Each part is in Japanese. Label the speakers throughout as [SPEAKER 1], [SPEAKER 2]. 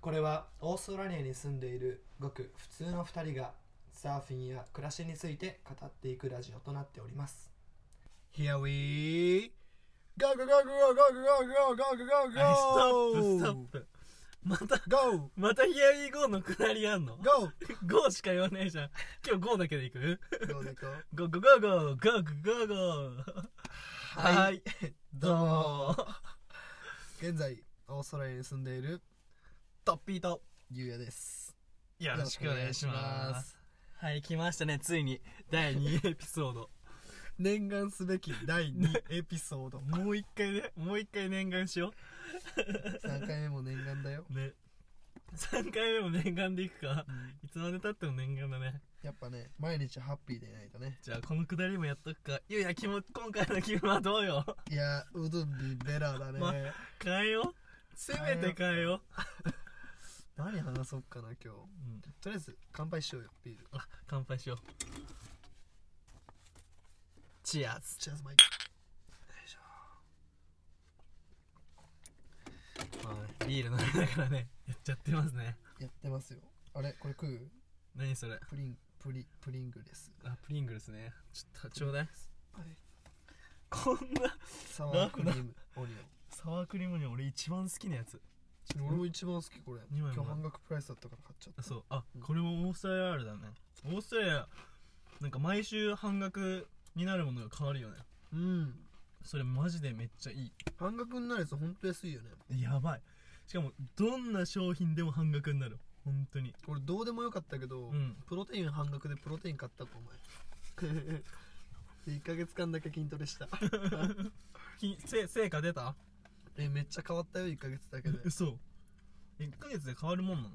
[SPEAKER 1] これはオーストラリアに住んでいるごく普通の2人がサーフィンや暮らしについて語っていくラジオとなっております Here we go go go go go go go go go go go
[SPEAKER 2] あストップ、ストップ。また、
[SPEAKER 1] go
[SPEAKER 2] またヒアリーゴーのくだりあ んの
[SPEAKER 1] go
[SPEAKER 2] ゴーしか言わねえじゃん。今日ゴーだけでいく
[SPEAKER 1] どうでこう
[SPEAKER 2] ゴーゴーゴーゴーゴーゴーゴー
[SPEAKER 1] は
[SPEAKER 2] はいい。どうも。
[SPEAKER 1] 現在オーストラリアに住んでいる
[SPEAKER 2] トッピーと、
[SPEAKER 1] ゆうやです
[SPEAKER 2] よろしくお願いし
[SPEAKER 1] よろしくお願いしま
[SPEAKER 2] ますす。はい、来ましたね。ついに、第2エピソード。
[SPEAKER 1] 念願すべき第2エピソード
[SPEAKER 2] もう一回ね、もう一回念願しよ
[SPEAKER 1] 3回目も念願だよ
[SPEAKER 2] う。ね。3回目も念願でいくか。いつまで経っても念願だね。
[SPEAKER 1] やっぱね毎日ハッピーでいないとね
[SPEAKER 2] じゃあ、このくだりもやっとくか。いやいや、気も、今回の気分はどうよ
[SPEAKER 1] いやウドビベラだね、
[SPEAKER 2] ま変えよう。せめて変えよ
[SPEAKER 1] 何話そうかな今日
[SPEAKER 2] う。うん
[SPEAKER 1] とりあえず乾杯しようよビール
[SPEAKER 2] あ、乾杯しよう。チアーズ。
[SPEAKER 1] チェアーズマイク
[SPEAKER 2] ビール飲みながらね、やっちゃってますね。
[SPEAKER 1] やってますよあれこれ食う
[SPEAKER 2] 何それ
[SPEAKER 1] プリンプリプリングです
[SPEAKER 2] あ、プリングルスね。ちょっとちょうだい。
[SPEAKER 1] はい
[SPEAKER 2] こんな。
[SPEAKER 1] サワークリームオニ
[SPEAKER 2] サワークリームに俺一番好きなやつ。
[SPEAKER 1] オン俺も一番好きこれ
[SPEAKER 2] 二
[SPEAKER 1] 今
[SPEAKER 2] 枚も
[SPEAKER 1] 日半額プライスだったから買っちゃった
[SPEAKER 2] あそう。あ
[SPEAKER 1] う、ん
[SPEAKER 2] これもオーストラリアあるだね。オーストラリア、なんか毎週半額になるものが変わるよね。
[SPEAKER 1] うん
[SPEAKER 2] それマジでめっちゃい
[SPEAKER 1] 半額になるやつほんと安いよね
[SPEAKER 2] い。やばい。しかも、どんな商品でも半額になる。本当に。
[SPEAKER 1] 俺どうでもよかったけど、
[SPEAKER 2] うん
[SPEAKER 1] プロテイン半額でプロテイン買ったとお前 で1ヶ月間だけ筋トレした
[SPEAKER 2] きせ成果出た
[SPEAKER 1] えめっちゃ変わったよ1ヶ月だけ で
[SPEAKER 2] 嘘1ヶ月で変わるもんなの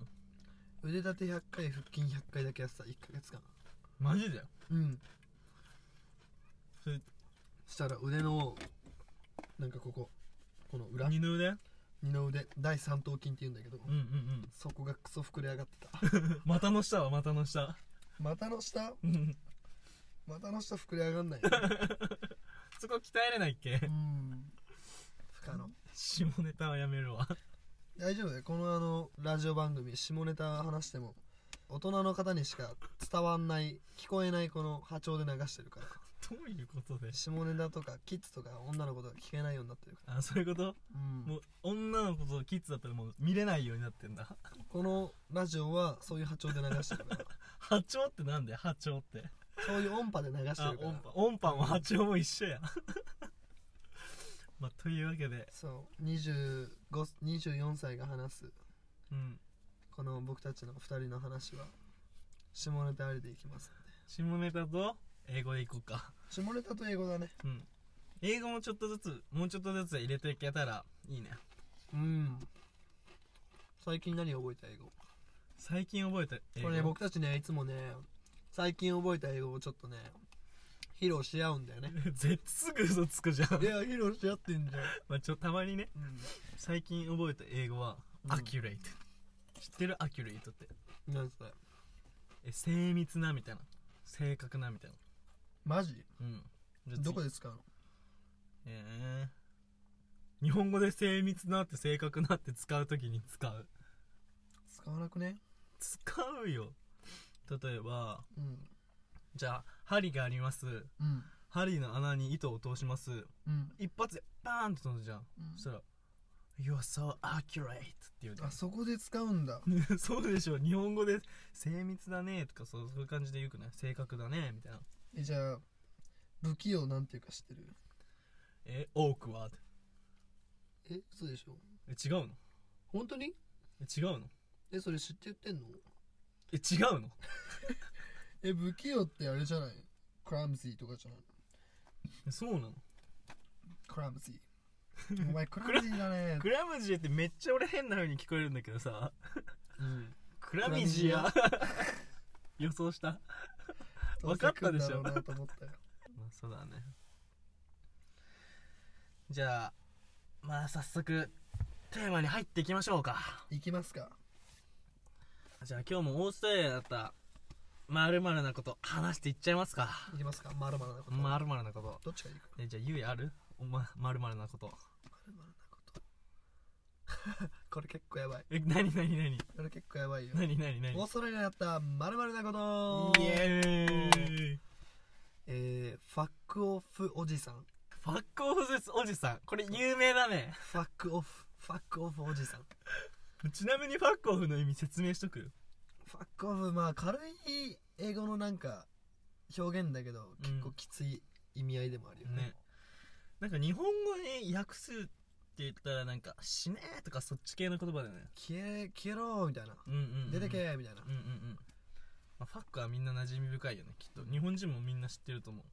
[SPEAKER 1] 腕立て100回腹筋100回だけやってた1ヶ月間
[SPEAKER 2] マジで
[SPEAKER 1] うん
[SPEAKER 2] それ
[SPEAKER 1] したら腕のなんかこここの裏
[SPEAKER 2] 二の腕うん
[SPEAKER 1] 二の腕第三頭筋って言うんだけど、
[SPEAKER 2] うんうん
[SPEAKER 1] そこがクソ膨れ上がってた
[SPEAKER 2] 股の下は股の下
[SPEAKER 1] 股の下
[SPEAKER 2] うん
[SPEAKER 1] 股の下膨れ上がんない、ね、
[SPEAKER 2] そこ鍛えれないっけ
[SPEAKER 1] うん不可能
[SPEAKER 2] 下ネタはやめるわ
[SPEAKER 1] 大丈夫だよこのあのラジオ番組下ネタ話しても大人の方にしか伝わんない聞こえないこの波長で流してるから
[SPEAKER 2] どういうことで
[SPEAKER 1] 下ネタとかキッズとか女の子とか聞けないようになってるか
[SPEAKER 2] あそういうこと
[SPEAKER 1] ら、うん
[SPEAKER 2] もう女の子とキッズだったらもう見れないようになってんだ
[SPEAKER 1] このラジオはそういう波長で流してるから
[SPEAKER 2] 波長ってなんだよ波長って
[SPEAKER 1] そういう音波で流してるから
[SPEAKER 2] あ音波音波も波長も一緒やまあというわけで
[SPEAKER 1] そう25 24歳が話す
[SPEAKER 2] うん
[SPEAKER 1] この僕たちの2人の話は下ネタありでいきますんで
[SPEAKER 2] 下ネタと英語でいこうか
[SPEAKER 1] 下ネタと英語だね
[SPEAKER 2] うん英語もちょっとずつもうちょっとずつ入れていけたらいいね
[SPEAKER 1] うん最近何覚えた英語
[SPEAKER 2] 最近覚えた英語
[SPEAKER 1] これね僕たちねいつもね最近覚えた英語をちょっとね披露し合うんだよね
[SPEAKER 2] 絶すぐ嘘つくじゃ ん
[SPEAKER 1] いや披露し合ってんじゃん、
[SPEAKER 2] まあちょたまにね
[SPEAKER 1] うん
[SPEAKER 2] 最近覚えた英語は
[SPEAKER 1] うん
[SPEAKER 2] アキュレイト、知ってるアキュレイトって
[SPEAKER 1] 何それ
[SPEAKER 2] え精密なみたいな正確なみたいな
[SPEAKER 1] マジ
[SPEAKER 2] うんじゃあ次
[SPEAKER 1] どこで使うの
[SPEAKER 2] えー日本語で精密なって正確なって使うときに使う
[SPEAKER 1] 使わなくね
[SPEAKER 2] 使うよ例えば
[SPEAKER 1] うん
[SPEAKER 2] じゃあ針があります
[SPEAKER 1] うん
[SPEAKER 2] 針の穴に糸を通します
[SPEAKER 1] うん、
[SPEAKER 2] 一発でバーンって飛んじゃんそしたら「You are so accurate」って言うね
[SPEAKER 1] あそこで使うんだ
[SPEAKER 2] そうでしょ日本語で「精密だね」とかそうそういう感じで言うくない正確だねみたいな
[SPEAKER 1] えじゃあ不器用なんていうか知ってる
[SPEAKER 2] え多くは
[SPEAKER 1] え嘘でしょ
[SPEAKER 2] え違うの
[SPEAKER 1] 本当に
[SPEAKER 2] え違うの
[SPEAKER 1] えそれ知って言ってんの
[SPEAKER 2] え違うの
[SPEAKER 1] え不器用ってあれじゃないクラムズィとかじゃない
[SPEAKER 2] えそうなの
[SPEAKER 1] クラムズィお前 クラムジーだね
[SPEAKER 2] クラムジエってめっちゃ俺変な風に聞こえるんだけどさ
[SPEAKER 1] うん
[SPEAKER 2] クラミジア 予想したわかったでしょ
[SPEAKER 1] どうせ来んだろうなと思ったよ
[SPEAKER 2] まあそうだねじゃあまあ早速テーマに入っていきましょうか
[SPEAKER 1] 行きますか
[SPEAKER 2] じゃあ今日もオーストラリアだったまるまるなこと話していっちゃいますか
[SPEAKER 1] 行きますかまるまるなこと、
[SPEAKER 2] まるまるなこと
[SPEAKER 1] どっちがいいか
[SPEAKER 2] えじゃあゆうやあるおままるまるなこと
[SPEAKER 1] まるまるなこと これ結構やばい
[SPEAKER 2] え、なになになに
[SPEAKER 1] これ結構やばいよ
[SPEAKER 2] なになになに
[SPEAKER 1] オーストラリアだったまるなこと
[SPEAKER 2] イエーイ
[SPEAKER 1] えー、ファックオフおじさん
[SPEAKER 2] ファックオフおじさん。これ有名だね。
[SPEAKER 1] ファックオフファックオフおじさん
[SPEAKER 2] ちなみにファックオフの意味説明しとく
[SPEAKER 1] ファックオフまあ軽い英語のなんか表現だけど結構きつい意味合いでもあるよね,、
[SPEAKER 2] ね。なんか日本語に訳すって言ったらなんか、死ねーとかそっち系の言葉だよね。
[SPEAKER 1] 消え消えろみたいな、
[SPEAKER 2] うんうんうん、
[SPEAKER 1] 出てけみたいな、
[SPEAKER 2] うんうんうん。まあ、ファックはみんな馴染み深いよね、きっと。日本人もみんな知ってると思う。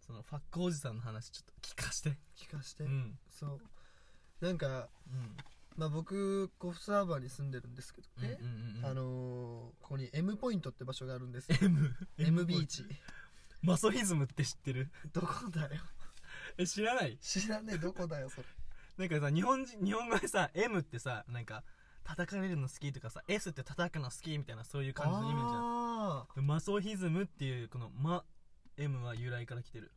[SPEAKER 2] そのファックおじさんの話ちょっと聞かして。
[SPEAKER 1] 聞かして、
[SPEAKER 2] うん。
[SPEAKER 1] そうなんか
[SPEAKER 2] うん。
[SPEAKER 1] まあ僕コフサーバーに住んでるんですけどね
[SPEAKER 2] う、んうんうん、
[SPEAKER 1] あのーここに M ポイントって場所があるんですよ
[SPEAKER 2] M
[SPEAKER 1] M ビーチ
[SPEAKER 2] マソヒズムって知ってる
[SPEAKER 1] どこだよ
[SPEAKER 2] え知らない
[SPEAKER 1] 知らねえどこだよそれ
[SPEAKER 2] なんかさ日本人日本語でさ M ってさなんか叩かれるの好きとかさ S って叩くの好きみたいなそういう 感じのイメージじ
[SPEAKER 1] ああ
[SPEAKER 2] ゃんマソヒズムっていうこのマ M は由来から来てる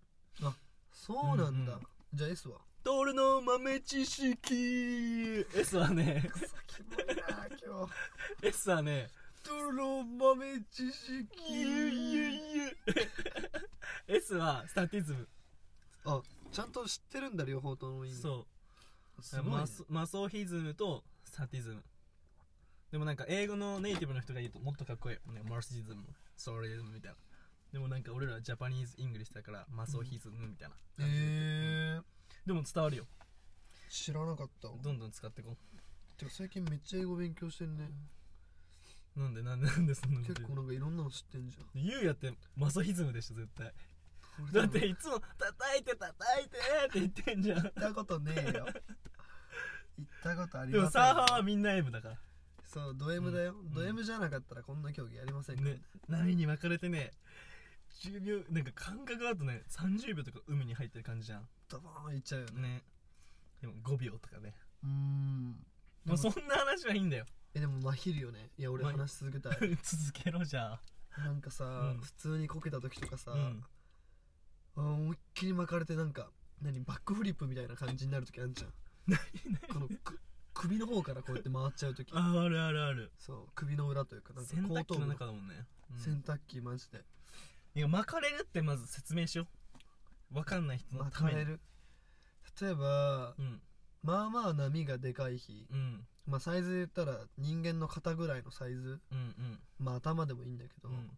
[SPEAKER 1] そうなんだ、
[SPEAKER 2] うんうん
[SPEAKER 1] じゃあ S は
[SPEAKER 2] トールの豆知識 S はね
[SPEAKER 1] くそキモいな今日
[SPEAKER 2] S はね
[SPEAKER 1] トロ豆知識
[SPEAKER 2] ゆゆゆ S はスタティズム
[SPEAKER 1] あちゃんと知ってるんだ両方とも意味
[SPEAKER 2] そう
[SPEAKER 1] うすごいね、
[SPEAKER 2] マソマソヒズムとサティズムでもなんか英語のネイティブの人が言うともっとかっこいいよ、ね、マルシズムソーリズムみたいなでもなんか俺らジャパニーズ・イングリッシュだからマソヒズムみたいな
[SPEAKER 1] え
[SPEAKER 2] 感じで言ってる、
[SPEAKER 1] ー、
[SPEAKER 2] でも伝わるよ
[SPEAKER 1] 知らなかったわ
[SPEAKER 2] どんどん使ってこ
[SPEAKER 1] てか最近めっちゃ英語勉強してんね
[SPEAKER 2] うなんでなんでなんでそんなこと
[SPEAKER 1] 結
[SPEAKER 2] 言う
[SPEAKER 1] 構なんかいろんなの知ってんじゃん
[SPEAKER 2] ユウやってマソヒズムでしょ絶対
[SPEAKER 1] 俺
[SPEAKER 2] だっていつも叩いて叩いてって言ってんじゃん
[SPEAKER 1] 行ったことねえ よ行ったことあり
[SPEAKER 2] でも
[SPEAKER 1] ませ
[SPEAKER 2] サ
[SPEAKER 1] ん
[SPEAKER 2] ーファーはみんな M だから
[SPEAKER 1] そうド M だよ、
[SPEAKER 2] うん
[SPEAKER 1] ド M じゃなかったらこんな競技やりませんから
[SPEAKER 2] ね、波に巻かれてね10秒なんか感覚だとね30秒とか海に入ってる感じじゃん
[SPEAKER 1] ドボーンいっちゃうよね
[SPEAKER 2] ねでも5秒とかね
[SPEAKER 1] うーん
[SPEAKER 2] もうそんな話はいいんだよ
[SPEAKER 1] えでもまひるよねいや俺
[SPEAKER 2] まひ
[SPEAKER 1] 話し続けたい
[SPEAKER 2] 続けろじゃあ
[SPEAKER 1] なんかさ、
[SPEAKER 2] うん
[SPEAKER 1] 普通にこけた時とかさ、
[SPEAKER 2] うん
[SPEAKER 1] あ思いっきり巻かれてなんか何バックフリップみたいな感じになる時あるじゃんこのく首の方からこうやって回っちゃう時
[SPEAKER 2] ああるあるある
[SPEAKER 1] そう首の裏というかなんか
[SPEAKER 2] 洗
[SPEAKER 1] 後
[SPEAKER 2] 濯
[SPEAKER 1] 頭部
[SPEAKER 2] 機の
[SPEAKER 1] の
[SPEAKER 2] 中だもんね、うん
[SPEAKER 1] 洗濯機マジで
[SPEAKER 2] いや巻かれるってまず説明しようわかんない人の
[SPEAKER 1] 巻
[SPEAKER 2] た
[SPEAKER 1] か
[SPEAKER 2] めに
[SPEAKER 1] れる例えば
[SPEAKER 2] うん
[SPEAKER 1] まあまあ波がでかい日、
[SPEAKER 2] うん
[SPEAKER 1] まあ、サイズで言ったら人間の肩ぐらいのサイズ
[SPEAKER 2] うんうん
[SPEAKER 1] まあ頭でもいいんだけど、
[SPEAKER 2] うん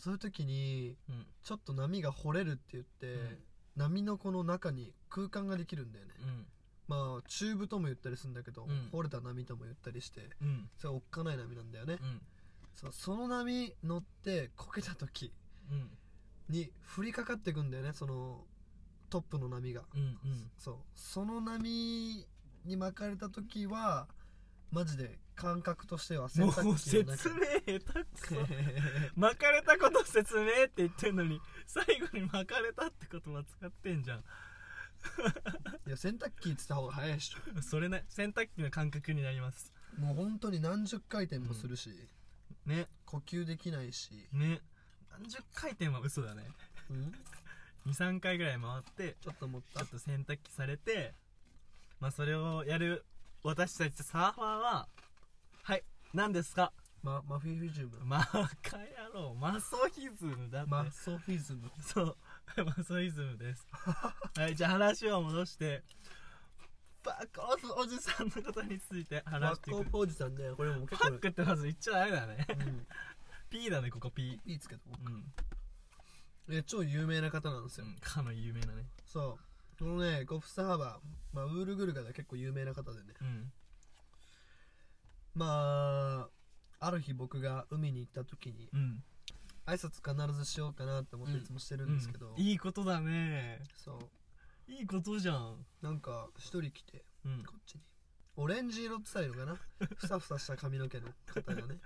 [SPEAKER 1] そういう時に
[SPEAKER 2] うん
[SPEAKER 1] ちょっと波が掘れるって言って、
[SPEAKER 2] うん
[SPEAKER 1] 波のこの中に空間ができるんだよね、
[SPEAKER 2] うん
[SPEAKER 1] まあチューブとも言ったりするんだけど、
[SPEAKER 2] うん
[SPEAKER 1] 掘れた波とも言ったりして
[SPEAKER 2] うん
[SPEAKER 1] それはおっかない波なんだよね、
[SPEAKER 2] うん
[SPEAKER 1] そうその波乗ってこけた時
[SPEAKER 2] うん
[SPEAKER 1] に降りかかってくんだよねそのトップの波が、
[SPEAKER 2] うんうん
[SPEAKER 1] そうその波に巻かれた時はマジで感覚としては洗
[SPEAKER 2] もう
[SPEAKER 1] 濯機
[SPEAKER 2] 説
[SPEAKER 1] の中
[SPEAKER 2] 明下手くそ 巻かれたこと説明って言ってんのに最後に巻かれたって言葉使ってんじゃん
[SPEAKER 1] いや洗濯機ってた方が早いっし
[SPEAKER 2] それね洗濯機の感覚になります
[SPEAKER 1] ょもう本当に何十回転もするし、
[SPEAKER 2] ね
[SPEAKER 1] 呼吸できないし、
[SPEAKER 2] ね何十回転は嘘だね23回ぐらい回って
[SPEAKER 1] ちょっと思っ
[SPEAKER 2] ちょ
[SPEAKER 1] た
[SPEAKER 2] っと洗濯機されてまあそれをやる私たちサーファーははい何ですか
[SPEAKER 1] ま、マフィフィジウム
[SPEAKER 2] マカ野郎マソヒズムだって、
[SPEAKER 1] マソフィズム
[SPEAKER 2] そうマソヒズムですはいじゃあ話を戻してバックオフおじさんのことについて
[SPEAKER 1] マ
[SPEAKER 2] 話してい
[SPEAKER 1] ッコ
[SPEAKER 2] く
[SPEAKER 1] ポージさんねこれもう
[SPEAKER 2] パ
[SPEAKER 1] 結構
[SPEAKER 2] ックってまず言っちゃダメだね
[SPEAKER 1] うん、
[SPEAKER 2] P だねここ P
[SPEAKER 1] いいですけど
[SPEAKER 2] うん、
[SPEAKER 1] え超有名な方なんです
[SPEAKER 2] う
[SPEAKER 1] よ、
[SPEAKER 2] ん、かの有名なね
[SPEAKER 1] そうこのねゴフサハバー、まあ、ウールグルガで結構有名な方でね
[SPEAKER 2] うん
[SPEAKER 1] まあある日僕が海に行った時に
[SPEAKER 2] うん
[SPEAKER 1] 挨拶必ずしようかなって思っていつもしてるんですけど、
[SPEAKER 2] うんいいことだね
[SPEAKER 1] そう
[SPEAKER 2] いいことじゃん
[SPEAKER 1] なんか一人来て
[SPEAKER 2] うん
[SPEAKER 1] こっちにオレンジ色って言ったらいいのかなふさふさした髪の毛の方がね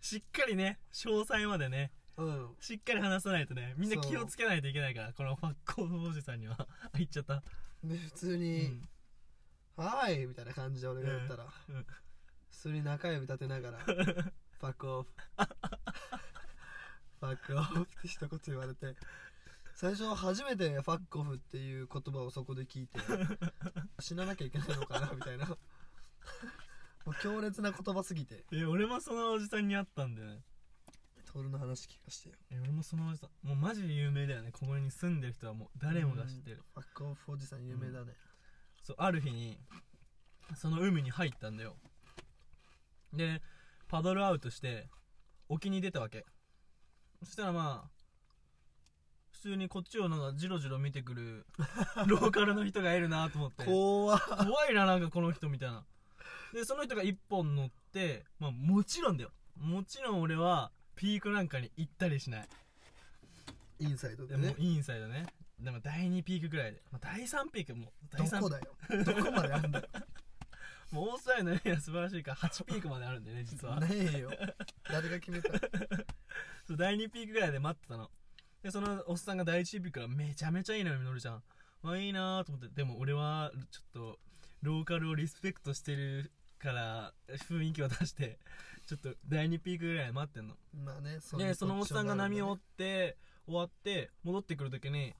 [SPEAKER 2] しっかりね詳細までね
[SPEAKER 1] うん
[SPEAKER 2] しっかり話さないとねみんな
[SPEAKER 1] そう
[SPEAKER 2] 気をつけないといけないからこのファッコーおじさんには あ言っちゃった、
[SPEAKER 1] で普通
[SPEAKER 2] う
[SPEAKER 1] に
[SPEAKER 2] ん
[SPEAKER 1] 「はーい」みたいな感じで俺が言ったら、
[SPEAKER 2] うんうん
[SPEAKER 1] 普通に中指立てなが ら「ファックオフ」 「ファックオフ」って一言言われて最初初めて「ファッ クオフ」っていう言葉をそこで聞いて死ななきゃいけないのかなみたいなもう強烈な言葉すぎて
[SPEAKER 2] え俺もそのおじさんに会ったんだよね
[SPEAKER 1] トールの話聞かしてよ
[SPEAKER 2] え俺もそのおじさんもうマジで有名だよねここに住んでる人はもう誰もが知ってる
[SPEAKER 1] ファックオフおじさん有名だね、
[SPEAKER 2] そうある日にその海に入ったんだよでパドルアウトして沖に出たわけそしたらまあ普通にこっちをなんかジロジロ見てくるローカルの人がいるなと思って
[SPEAKER 1] 怖っ
[SPEAKER 2] 怖いななんかこの人みたいなでその人が一本乗ってまあもちろんだよもちろん俺はピークなんかに行ったりしない
[SPEAKER 1] インサイド
[SPEAKER 2] で
[SPEAKER 1] で
[SPEAKER 2] も
[SPEAKER 1] ね
[SPEAKER 2] うインサイドねでも第2ピークぐらいで、まあ、第3ピークもう
[SPEAKER 1] ど
[SPEAKER 2] 第3
[SPEAKER 1] こだよどこまであんだよ
[SPEAKER 2] もうオーストラリアのエリア素晴らしいから8ピークまであるんだよね実は
[SPEAKER 1] ねえよ誰が決めた
[SPEAKER 2] そう第2ピークぐらいで待ってたのでそのおっさんが第1ピークからめちゃめちゃいい波乗るじゃんまあいいなーと思ってでも俺はちょっとローカルをリスペクトしてるから雰囲気を出してちょっと第2ピークぐらいで待ってんの
[SPEAKER 1] まあねそ
[SPEAKER 2] でそのおっさんが波を追っ
[SPEAKER 1] って
[SPEAKER 2] 終わって戻ってくるときに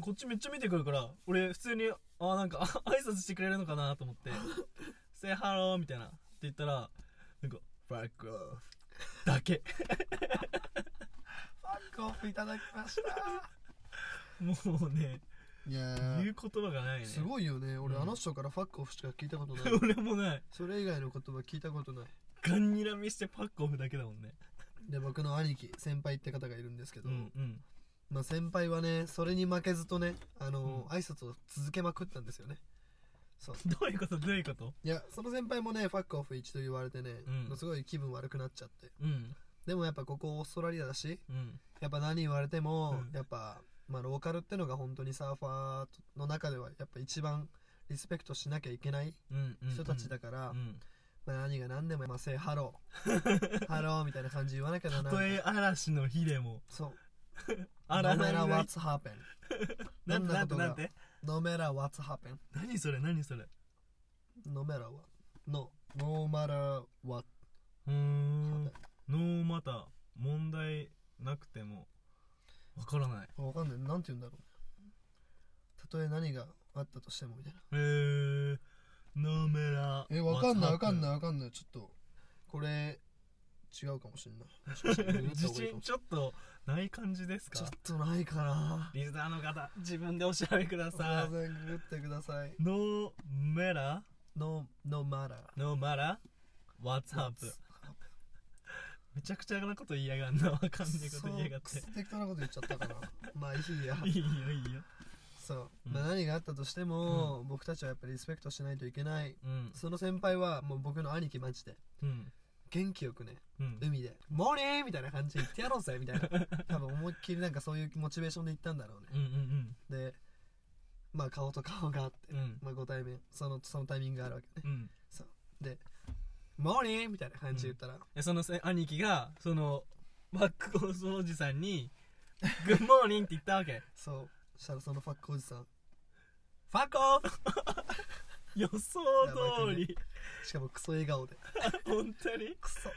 [SPEAKER 2] こっちめっちゃ見てくるから俺普通にあなんかあ挨拶してくれるのかなと思って 「Say hello」みたいなって言ったらなんか「Fuck off」だけ
[SPEAKER 1] ファックオフいただきました
[SPEAKER 2] もうね
[SPEAKER 1] いやー
[SPEAKER 2] 言う言葉がないね
[SPEAKER 1] すごいよね俺
[SPEAKER 2] うん
[SPEAKER 1] あの人からファックオフしか聞いたことない
[SPEAKER 2] 俺もない
[SPEAKER 1] それ以外の言葉聞いたことない
[SPEAKER 2] ガンにらみしてパックオフだけだもんね
[SPEAKER 1] で僕の兄貴先輩って方がいるんですけど、
[SPEAKER 2] うんうん
[SPEAKER 1] まあ先輩はねそれに負けずとねあのー、
[SPEAKER 2] う
[SPEAKER 1] 挨拶を続けまくったんですよねそう
[SPEAKER 2] どういうことどういうこと
[SPEAKER 1] いやその先輩もねファックオフ一度言われてね、
[SPEAKER 2] うん
[SPEAKER 1] すごい気分悪くなっちゃって
[SPEAKER 2] うん
[SPEAKER 1] でもやっぱここオーストラリアだし
[SPEAKER 2] うん
[SPEAKER 1] やっぱ何言われても、
[SPEAKER 2] うん
[SPEAKER 1] やっぱ、まあ、ローカルってのが本当にサーファーの中ではやっぱ一番リスペクトしなきゃいけない
[SPEAKER 2] うんうん
[SPEAKER 1] 人たちだから、
[SPEAKER 2] うん
[SPEAKER 1] まあ、何が何でも「まあ、せいハ ロー」「ハロー」みたいな感じ言わなきゃな
[SPEAKER 2] たとえ嵐の日でも
[SPEAKER 1] そう「No
[SPEAKER 2] 荒
[SPEAKER 1] matter
[SPEAKER 2] 波の日
[SPEAKER 1] what's happen
[SPEAKER 2] な
[SPEAKER 1] ど
[SPEAKER 2] ん
[SPEAKER 1] ん
[SPEAKER 2] て
[SPEAKER 1] な
[SPEAKER 2] な
[SPEAKER 1] こ
[SPEAKER 2] んて
[SPEAKER 1] と
[SPEAKER 2] なん
[SPEAKER 1] が
[SPEAKER 2] て
[SPEAKER 1] No matter what's happen
[SPEAKER 2] 何それ何それ
[SPEAKER 1] No matter what No No matter what
[SPEAKER 2] うーん
[SPEAKER 1] happen
[SPEAKER 2] ノーマター問題なくてもわからないへ
[SPEAKER 1] わかんないなんて言うんだろうたとえ何があったとしてもみたいな
[SPEAKER 2] えー、ノーメラ
[SPEAKER 1] えわかんないわかんない
[SPEAKER 2] い
[SPEAKER 1] わかんないちょっとこれ違うかもしれない
[SPEAKER 2] 自信ちょっとない感じです
[SPEAKER 1] ちょっ
[SPEAKER 2] か
[SPEAKER 1] とないかな
[SPEAKER 2] リスナーの方自分でお調べくだ
[SPEAKER 1] すいま
[SPEAKER 2] さ
[SPEAKER 1] せんググってください
[SPEAKER 2] いノーメラ
[SPEAKER 1] No No matter
[SPEAKER 2] ノーマラ What's up めちゃくちゃなこと言いやがんなわかんないこと言いやがっ
[SPEAKER 1] そう
[SPEAKER 2] て
[SPEAKER 1] くす適当なこと言っちゃった かなまあいいや
[SPEAKER 2] いいよいいよ
[SPEAKER 1] そう、
[SPEAKER 2] うん
[SPEAKER 1] まあ、何があったとしても、僕たちはやっぱりリスペクトしないといけない
[SPEAKER 2] うん
[SPEAKER 1] その先輩はもう僕の兄貴マジで
[SPEAKER 2] うん
[SPEAKER 1] 元気よくね
[SPEAKER 2] うん
[SPEAKER 1] 海で「モーニー!」みたいな感じで言ってやろうぜみたい な多分思いっきりなんかそういうモチベーションで言ったんだろうね
[SPEAKER 2] うんうん
[SPEAKER 1] でまあ顔と顔があって、
[SPEAKER 2] うん
[SPEAKER 1] まあ、ご対面そのそのタイミングがあるわけね
[SPEAKER 2] うん
[SPEAKER 1] そうで「モーニー!」みたいな感じで言ったら、
[SPEAKER 2] でそのせ兄貴がそのマックお掃除さんに「グッモーニン」って言ったわけ
[SPEAKER 1] そうそしたらそのファックおじさん
[SPEAKER 2] ファコフ 予想通り、
[SPEAKER 1] しかもクソ笑顔で
[SPEAKER 2] 本当に
[SPEAKER 1] クソ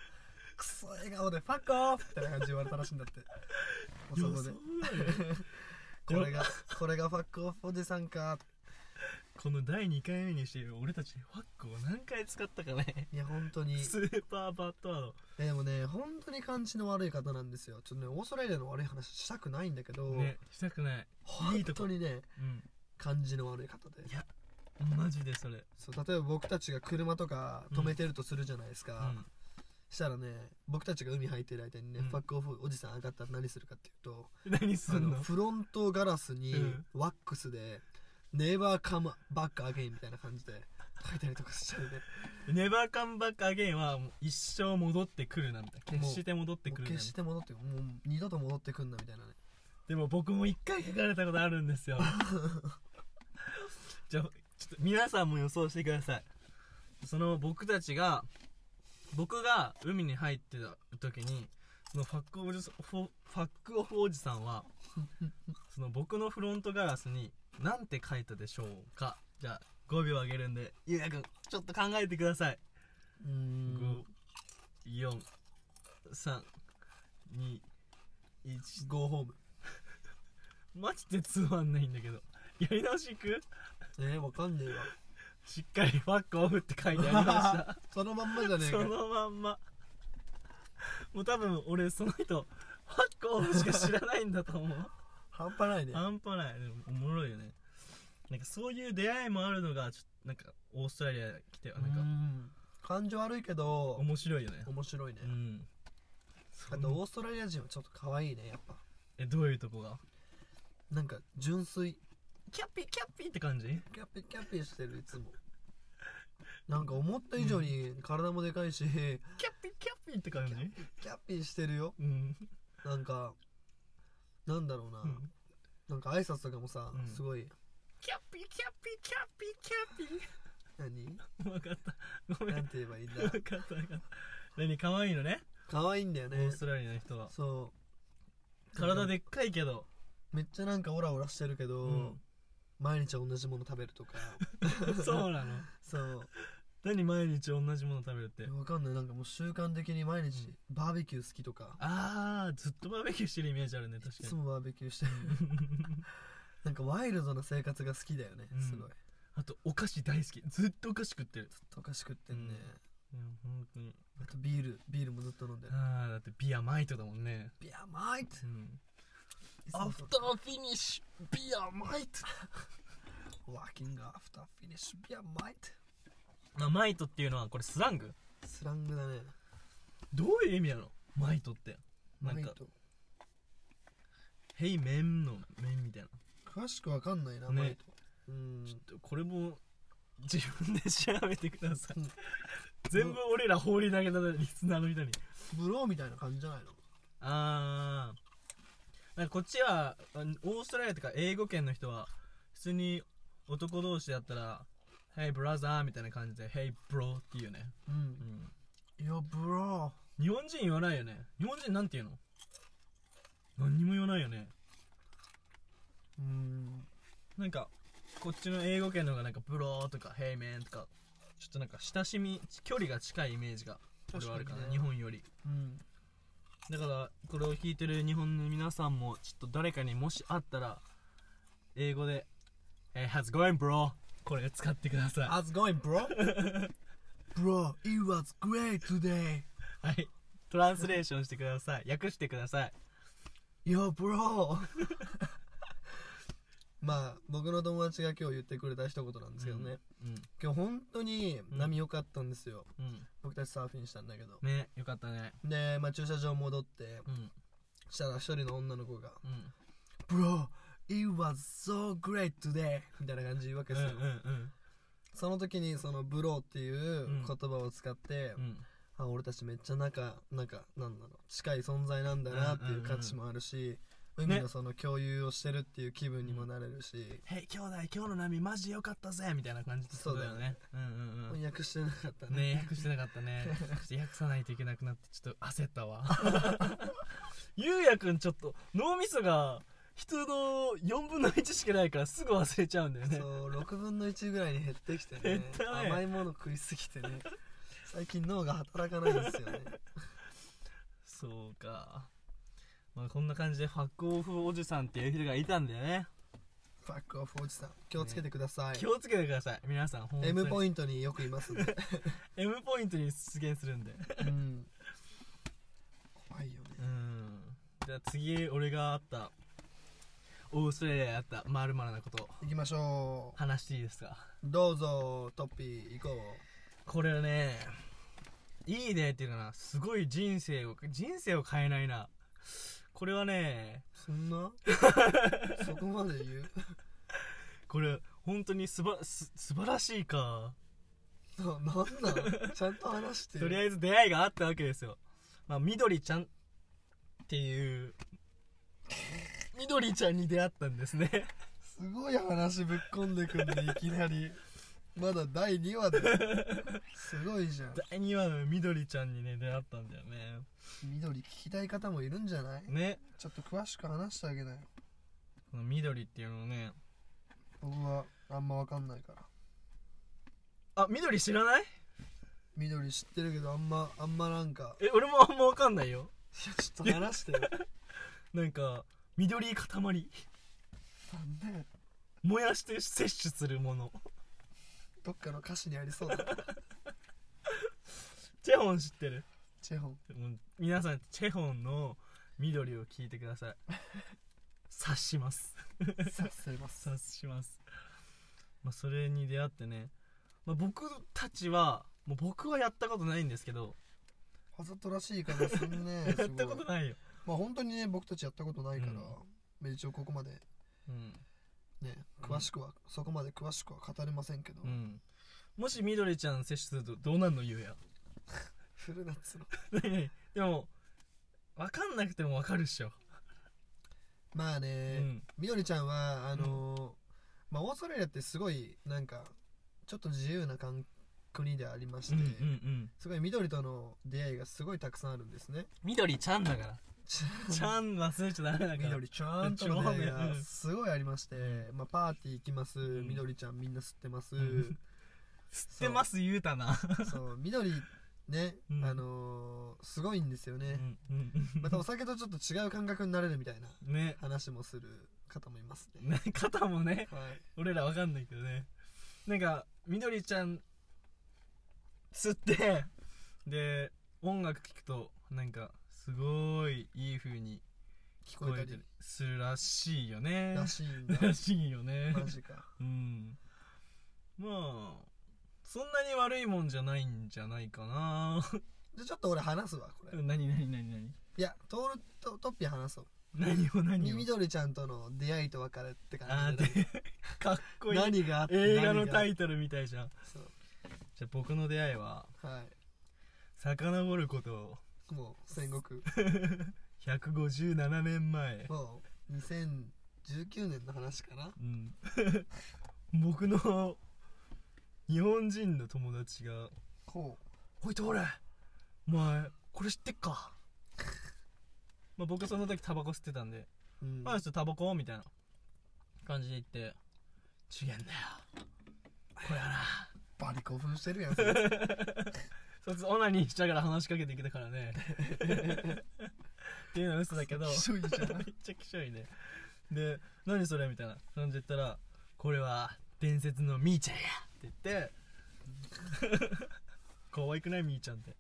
[SPEAKER 1] クソ笑顔で「ファックオフ!」みたいな感じで言われたらしいんだってもうそこで
[SPEAKER 2] 予想通り
[SPEAKER 1] これがこれがファックオフおじさんか
[SPEAKER 2] この第2回目にして俺たちファックを何回使ったかね
[SPEAKER 1] いや本当に
[SPEAKER 2] スーパーバッドワード
[SPEAKER 1] えでもね本当に感じの悪い方なんですよちょっとねオーストラリアの悪い話したくないんだけど、
[SPEAKER 2] ねしたくないい
[SPEAKER 1] 本
[SPEAKER 2] いとこ
[SPEAKER 1] 当にね
[SPEAKER 2] うん
[SPEAKER 1] 感じの悪い方で
[SPEAKER 2] マジでそれ
[SPEAKER 1] そう例えば僕たちが車とか止めてるとするじゃないです
[SPEAKER 2] う
[SPEAKER 1] か、
[SPEAKER 2] ん
[SPEAKER 1] したらね僕たちが海入ってる間にね、
[SPEAKER 2] うん
[SPEAKER 1] ファックオフおじさん上がったら何するかっていうと
[SPEAKER 2] 何す
[SPEAKER 1] あ
[SPEAKER 2] ん
[SPEAKER 1] の
[SPEAKER 2] の
[SPEAKER 1] フロントガラスに
[SPEAKER 2] うん
[SPEAKER 1] ワックスで「Never come back again」みたいな感じで書いたりとかしちゃうね
[SPEAKER 2] ネバーカンバックアゲインはもう一生戻ってくるなみたいな決して戻って
[SPEAKER 1] も
[SPEAKER 2] く
[SPEAKER 1] う
[SPEAKER 2] るな
[SPEAKER 1] 決して戻ってもう二度と戻ってくんなみたいなね
[SPEAKER 2] でも僕も一回書かれたことあるんですよじゃあちょっと皆さんも予想してくださいその僕たちが僕が海に入ってた時にそのファックオフフォファックオフおじさんはその僕のフロントガラスに何て書いたでしょうかじゃあ5秒あげるんでゆうやくんちょっと考えてくださいう
[SPEAKER 1] ーん
[SPEAKER 2] 54321
[SPEAKER 1] Go home
[SPEAKER 2] マジでつまんないんだけどやり直しいく
[SPEAKER 1] えー、わかんねえわ
[SPEAKER 2] しっかりファックオフって書いてありま
[SPEAKER 1] そのまんまじゃね
[SPEAKER 2] し
[SPEAKER 1] え
[SPEAKER 2] た そ
[SPEAKER 1] か
[SPEAKER 2] のまんまもう多分俺その人ファックオフしか知らないんだと思う
[SPEAKER 1] 半端ないね
[SPEAKER 2] 半端ないでもおもろいよねなんかそういう出会いもあるのがちょっとなんかオーストラリア来てはなん
[SPEAKER 1] う
[SPEAKER 2] か
[SPEAKER 1] ん感情悪いけど
[SPEAKER 2] 面白いよね
[SPEAKER 1] 面白いね
[SPEAKER 2] うん
[SPEAKER 1] あとオーストラリア人はちょっと可愛いねやっぱ
[SPEAKER 2] えどういうとこが
[SPEAKER 1] なんか純粋
[SPEAKER 2] キャッピーキャッピーって感じ
[SPEAKER 1] キャピキャピしてるいつもなんか思った以上に体もでかいし、
[SPEAKER 2] キャッピーキャッピーって感じ
[SPEAKER 1] キャピしてるよ
[SPEAKER 2] うん
[SPEAKER 1] なんかなんだろうな、
[SPEAKER 2] うん
[SPEAKER 1] なんか挨拶とかもさ、
[SPEAKER 2] うん
[SPEAKER 1] すごい
[SPEAKER 2] キャッピーキャッピーキャッピーキャッピ
[SPEAKER 1] 何
[SPEAKER 2] ー分かった ごめん
[SPEAKER 1] なんて言えばいいんだ
[SPEAKER 2] 分かった分かった何可愛いのね
[SPEAKER 1] 可愛いんだよ
[SPEAKER 2] オ
[SPEAKER 1] ね
[SPEAKER 2] ーストラリアの人は
[SPEAKER 1] そう
[SPEAKER 2] 体でっかいけど
[SPEAKER 1] めっちゃなんかオラオラしてるけど、
[SPEAKER 2] うん
[SPEAKER 1] 毎日同じもの食べるとか
[SPEAKER 2] そうなの
[SPEAKER 1] そう
[SPEAKER 2] 何毎日同じもの食べるって
[SPEAKER 1] わかんないなんかもう習慣的に毎日バーベキュー好きとか
[SPEAKER 2] あーずっとバーベキューしてるイメージあるね
[SPEAKER 1] い
[SPEAKER 2] 確
[SPEAKER 1] つ
[SPEAKER 2] かに
[SPEAKER 1] もバーベキュー してるなんかワイルドな生活が好きだよね、
[SPEAKER 2] うん
[SPEAKER 1] すごいずっ
[SPEAKER 2] あとお菓子大好きずっとお菓子食ってる
[SPEAKER 1] とお菓子食ってんね、
[SPEAKER 2] いや本当に
[SPEAKER 1] あとビールビールもずっと飲んでる
[SPEAKER 2] あーだってビアマイトだもんね
[SPEAKER 1] ビアマイト
[SPEAKER 2] うん
[SPEAKER 1] アフタ
[SPEAKER 2] ーフィニッシュビアマイト
[SPEAKER 1] ーワーキングアフターフィニッシュビアマイト
[SPEAKER 2] あマイトっていうのはこれスラング
[SPEAKER 1] スラングだね
[SPEAKER 2] どういう意味なのマイトって
[SPEAKER 1] マ
[SPEAKER 2] なん
[SPEAKER 1] イ
[SPEAKER 2] か
[SPEAKER 1] ト
[SPEAKER 2] 「ヘイメン」の「メン」みたいな
[SPEAKER 1] 詳しくわかんないな、
[SPEAKER 2] ね
[SPEAKER 1] マイトうん
[SPEAKER 2] ちょっとこれも自分で調べてください
[SPEAKER 1] うん
[SPEAKER 2] 全部俺ら放り投げたリスナーの人に
[SPEAKER 1] ブローみたいな感じじゃないの
[SPEAKER 2] あーなんかこっちはあオーストラリアとか英語圏の人は普通に男同士だったら「Hey brother」みたいな感じで「Hey bro」っていうね、
[SPEAKER 1] う
[SPEAKER 2] うんん、
[SPEAKER 1] よブロ
[SPEAKER 2] 日本人言わないよね日本人なんて言うの何にも言わないよね
[SPEAKER 1] ーうん
[SPEAKER 2] なんかこっちの英語圏の方がなんかブローとかヘイメンとかちょっとなんか親しみ距離が近いイメージが俺はあるかな
[SPEAKER 1] 確かにね
[SPEAKER 2] 日本より
[SPEAKER 1] うん
[SPEAKER 2] だからこれを聞いてる日本の皆さんもちょっと誰かにもしあったら英語で「Hey how's it going bro」これ使ってくださ
[SPEAKER 1] How's it going bro? bro, it was great today
[SPEAKER 2] いはいトランスレーションしてください訳してください
[SPEAKER 1] Yo bro まあ僕の友達が今日言ってくれた一言なんですけどね、
[SPEAKER 2] うん
[SPEAKER 1] 今日本当に波良かったんですよ、
[SPEAKER 2] うん
[SPEAKER 1] 僕たちサーフィンしたんだけど
[SPEAKER 2] ねよかったね
[SPEAKER 1] で、まあ、駐車場戻って
[SPEAKER 2] うん
[SPEAKER 1] したら一人の女の子が
[SPEAKER 2] うん
[SPEAKER 1] 「Bro it was so great today」みたいな感じ言うわけ
[SPEAKER 2] うん
[SPEAKER 1] で
[SPEAKER 2] う
[SPEAKER 1] す
[SPEAKER 2] ん
[SPEAKER 1] よ、
[SPEAKER 2] うん
[SPEAKER 1] その時にその「ブロー」っていう言葉を使って、
[SPEAKER 2] うん
[SPEAKER 1] あ俺たちめっちゃ仲仲なんだろう近い存在なんだなっていう価値もあるし、
[SPEAKER 2] ね
[SPEAKER 1] 海のその共有をしてるっていう気分にもなれるし、
[SPEAKER 2] 「Hey 兄弟今日の波マジ良かったぜ」みたいな感じってことだよねうんうんうん
[SPEAKER 1] 翻訳してなかったね
[SPEAKER 2] ね訳してなかったねちょっと訳さないといけなくなってちょっと焦ったわ ゆうやくんちょっと脳みそが人の4分の1しかないからすぐ忘れちゃうんだよね
[SPEAKER 1] そう6分の1ぐらいに減ってきて
[SPEAKER 2] 減っ
[SPEAKER 1] ね
[SPEAKER 2] たね
[SPEAKER 1] 甘いもの食いすぎてね最近脳が働かないんですよね
[SPEAKER 2] そうか、まあ、こんな感じでファックオフおじさんっていう人がいたんだよね
[SPEAKER 1] ファックオフおじさん気をつけてください、
[SPEAKER 2] 気をつけてください皆さん本当に
[SPEAKER 1] M ポ
[SPEAKER 2] イン
[SPEAKER 1] イントによくいますね
[SPEAKER 2] ト M ポイントに出現するんで
[SPEAKER 1] うん怖いよね
[SPEAKER 2] うんじゃあ次俺があったオーストラリアであったまるまるなこと
[SPEAKER 1] 行きましょう
[SPEAKER 2] 話していいですか
[SPEAKER 1] どうぞトッピー行こ
[SPEAKER 2] これねいいねっていうかなすごい人生を人生を変えないなこれはね
[SPEAKER 1] うそんなそこまで言う
[SPEAKER 2] これ本当にすばす素晴らしいか
[SPEAKER 1] ななんなんちゃんと話して
[SPEAKER 2] とりあ
[SPEAKER 1] え
[SPEAKER 2] えず出会いがあったわけですよまあみどりちゃんっていうみどりちゃんに出会ったんですね
[SPEAKER 1] ずすごい話ぶっ込んでくんでいきなりまだ第2話だよすごいじゃん
[SPEAKER 2] 第2話のみどりちゃんにね出会ったんだよね
[SPEAKER 1] 緑聞きたい方もいるんじゃない
[SPEAKER 2] ね
[SPEAKER 1] ちょっと詳しく話してあげなよ
[SPEAKER 2] このみどりっていうのをね
[SPEAKER 1] 僕はあんまわかんないから
[SPEAKER 2] あみどり知らない
[SPEAKER 1] 緑知ってるけどあんまあんまなんか
[SPEAKER 2] え俺もあんま分かんないよ
[SPEAKER 1] いやちょっと話してよ
[SPEAKER 2] なんか緑い塊
[SPEAKER 1] なんで
[SPEAKER 2] 燃やして摂取するもの
[SPEAKER 1] どっかの歌詞にありそうだ
[SPEAKER 2] チェホン知ってる
[SPEAKER 1] チェホン
[SPEAKER 2] もう皆さんチェホンの緑を聞いてください察します
[SPEAKER 1] 察せます
[SPEAKER 2] 察します、まあ、それに出会ってね、まあ、僕たちはもう僕はやったことないんですけど
[SPEAKER 1] わざとらしい言い方すんね
[SPEAKER 2] や
[SPEAKER 1] す
[SPEAKER 2] った
[SPEAKER 1] ご
[SPEAKER 2] こ
[SPEAKER 1] い
[SPEAKER 2] とないよ、
[SPEAKER 1] まあ本当にね僕たちやったことないから、
[SPEAKER 2] うん
[SPEAKER 1] まあ一応ここまで
[SPEAKER 2] うん
[SPEAKER 1] ね
[SPEAKER 2] うん
[SPEAKER 1] 詳しくは、そこまで詳しくは語れませんけど、
[SPEAKER 2] うん、もし緑ちゃん摂取するとどうなんの言 うや
[SPEAKER 1] 古夏の
[SPEAKER 2] でも分かんなくても分かるっしょ、
[SPEAKER 1] まあね、
[SPEAKER 2] うん
[SPEAKER 1] みどりちゃんはあのーまあオーストラリアってすごいなんかちょっと自由な感国でありまして、
[SPEAKER 2] うんうんうん
[SPEAKER 1] すごい緑との出会いがすごいたくさんあるんですね。
[SPEAKER 2] 緑ちゃんだから
[SPEAKER 1] ち
[SPEAKER 2] ちゃん忘れちゃダメだから
[SPEAKER 1] 緑ちゃんとの出会い
[SPEAKER 2] ちゃん
[SPEAKER 1] が
[SPEAKER 2] うん
[SPEAKER 1] すごいありまして、まあ、パーティー行きます、
[SPEAKER 2] ん
[SPEAKER 1] 緑ちゃんみんな吸ってます、
[SPEAKER 2] ん吸ってます言うたな
[SPEAKER 1] そう緑ね、
[SPEAKER 2] うん
[SPEAKER 1] あのーすごいんですよね、
[SPEAKER 2] うんうん
[SPEAKER 1] またお酒とちょっと違う感覚になれるみたいな
[SPEAKER 2] ね
[SPEAKER 1] 話もする方もいますね。
[SPEAKER 2] ね肩もね
[SPEAKER 1] はい、
[SPEAKER 2] 俺ら分かんないけどねなんか緑ちゃん吸ってで音楽聴くとなんかすごいいい風に
[SPEAKER 1] 聞
[SPEAKER 2] 聞
[SPEAKER 1] こ
[SPEAKER 2] こ
[SPEAKER 1] え
[SPEAKER 2] え
[SPEAKER 1] た
[SPEAKER 2] た
[SPEAKER 1] り
[SPEAKER 2] りするらしいよね
[SPEAKER 1] らしいんだ
[SPEAKER 2] らしいよね
[SPEAKER 1] マジか。
[SPEAKER 2] うんまあそんなに悪いもんじゃないんじゃないかな
[SPEAKER 1] じゃあちょっと俺話すわこれ
[SPEAKER 2] 何何何何
[SPEAKER 1] いやトールとトッピー話そう
[SPEAKER 2] 何を何
[SPEAKER 1] み
[SPEAKER 2] を
[SPEAKER 1] みどりちゃんとの出会いと別れって
[SPEAKER 2] あ
[SPEAKER 1] 感
[SPEAKER 2] ー
[SPEAKER 1] じで
[SPEAKER 2] で かっこいい
[SPEAKER 1] 何があって
[SPEAKER 2] 映画の
[SPEAKER 1] 何が
[SPEAKER 2] タイトルみたいじゃん
[SPEAKER 1] そう
[SPEAKER 2] じゃあ僕の出会いは
[SPEAKER 1] は
[SPEAKER 2] 遡ること
[SPEAKER 1] いもう戦国
[SPEAKER 2] 157年前
[SPEAKER 1] もう2019年の話かな
[SPEAKER 2] うん 僕の日本人の友達が
[SPEAKER 1] こう
[SPEAKER 2] 「おいとれお前これ知ってっか?」まあ僕その時タバコ吸ってたんで
[SPEAKER 1] うん、
[SPEAKER 2] まあ、ちょっとタバコみたいな感じで言って、違えんだよ。これはな。
[SPEAKER 1] バリ興奮してるやんそいつ
[SPEAKER 2] そいつオナニーしながら話しかけてきたからね。っていうのは嘘だけど、め
[SPEAKER 1] きしょいじゃない
[SPEAKER 2] っちゃきしょいね。で、何それみたいな感じで言ったら、これは伝説のみーちゃんやって言って、 可愛くないみーちゃんって。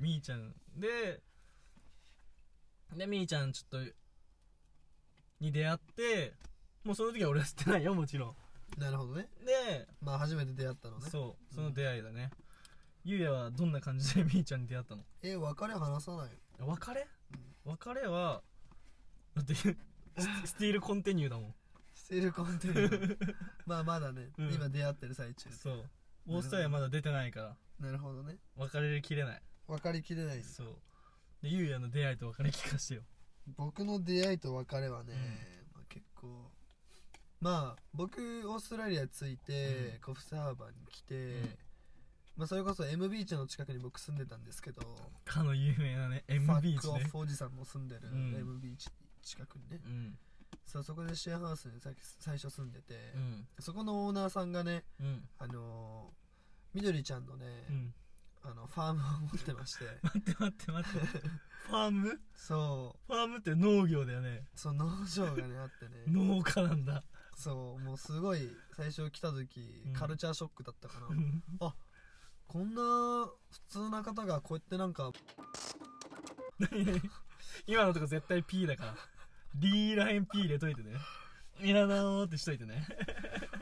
[SPEAKER 2] みーちゃん。で、で、みーちゃんちょっと、に出会って、もうその時は俺は知ってないよ、もちろん。
[SPEAKER 1] なるほどね
[SPEAKER 2] で、
[SPEAKER 1] まあ初めて出会ったのね
[SPEAKER 2] そう、その出会いだね。ゆうやはどんな感じでみーちゃんに出会ったの
[SPEAKER 1] え別れ話さない
[SPEAKER 2] 別れ別れは、だ って、ススティールコンティニューだもん。
[SPEAKER 1] してるコンテンツ まあまだね、
[SPEAKER 2] うん
[SPEAKER 1] 今出会ってる最中
[SPEAKER 2] そう。オーストラリアまだ出てないから、
[SPEAKER 1] なるほどね
[SPEAKER 2] 別れきれない。
[SPEAKER 1] 分かりきれないです
[SPEAKER 2] そう。で、ゆうやの出会いと別れ聞かしてよ。
[SPEAKER 1] 僕の出会いと別れはね、まあ、結構まあ僕オーストラリア着いて、コフサーバーに来て、
[SPEAKER 2] ん
[SPEAKER 1] まあ、それこそ M ビーチの近くに僕住んでたんですけど
[SPEAKER 2] かの有名なね、
[SPEAKER 1] ファ
[SPEAKER 2] M ビ
[SPEAKER 1] ッ
[SPEAKER 2] ーチ
[SPEAKER 1] クオ
[SPEAKER 2] ね。
[SPEAKER 1] フおじさんも住んでる
[SPEAKER 2] うん
[SPEAKER 1] M ビーチ近くにね、
[SPEAKER 2] うん。
[SPEAKER 1] そうそこでシェアハウスにさ最初住んでて、
[SPEAKER 2] うん。
[SPEAKER 1] そこのオーナーさんがね
[SPEAKER 2] うん。
[SPEAKER 1] あのーみどりちゃんのね、
[SPEAKER 2] うん。
[SPEAKER 1] あのファームを持ってまして
[SPEAKER 2] 待って待って待って。ファーム
[SPEAKER 1] そ
[SPEAKER 2] ファームって農業だよね。
[SPEAKER 1] うその農場がねあって ね
[SPEAKER 2] 農家なんだ。
[SPEAKER 1] そうもうすごい最初来た時、
[SPEAKER 2] うん
[SPEAKER 1] カルチャーショックだったかな、
[SPEAKER 2] うん
[SPEAKER 1] こんな普通な方がこうやってなんか
[SPEAKER 2] 今のとこ絶対 P だから。D ライン P 入れといてね。いらなおーってしといてね。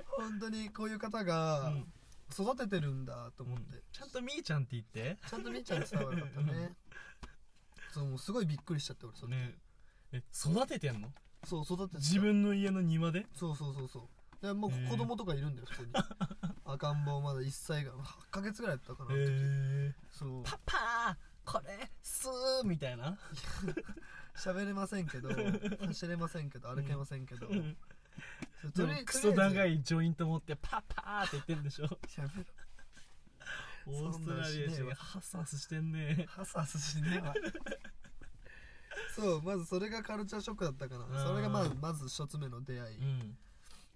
[SPEAKER 1] 本当にこういう方
[SPEAKER 2] う
[SPEAKER 1] が
[SPEAKER 2] ん
[SPEAKER 1] 育ててるんだと思って、
[SPEAKER 2] ちゃんとみーちゃんって言って。
[SPEAKER 1] ちゃんとみーちゃん伝わらなかったねそうもうすごいびっくりしちゃって俺それ、
[SPEAKER 2] ねえ、育ててんの
[SPEAKER 1] そう育ててた
[SPEAKER 2] 自分の家の庭で
[SPEAKER 1] そうそうそうそうでもう
[SPEAKER 2] へー
[SPEAKER 1] 子供とかいるんだよ普通に 赤ん坊まだ1歳が8ヶ月ぐらいだったかな、
[SPEAKER 2] え
[SPEAKER 1] そう
[SPEAKER 2] パパーこれ、すーみたいな。
[SPEAKER 1] 喋れませんけど走れませんけど歩けませんけど、そうとり
[SPEAKER 2] クソ長
[SPEAKER 1] い
[SPEAKER 2] いジョイント持ってパパーって言ってんでし ょ。
[SPEAKER 1] 喋
[SPEAKER 2] オーストラリア人がハスハスしてんね。
[SPEAKER 1] ハサスしねえわそうまずそれがカルチャーショックだったかな
[SPEAKER 2] うん
[SPEAKER 1] それがまずまず一つ目の出会い、
[SPEAKER 2] うん。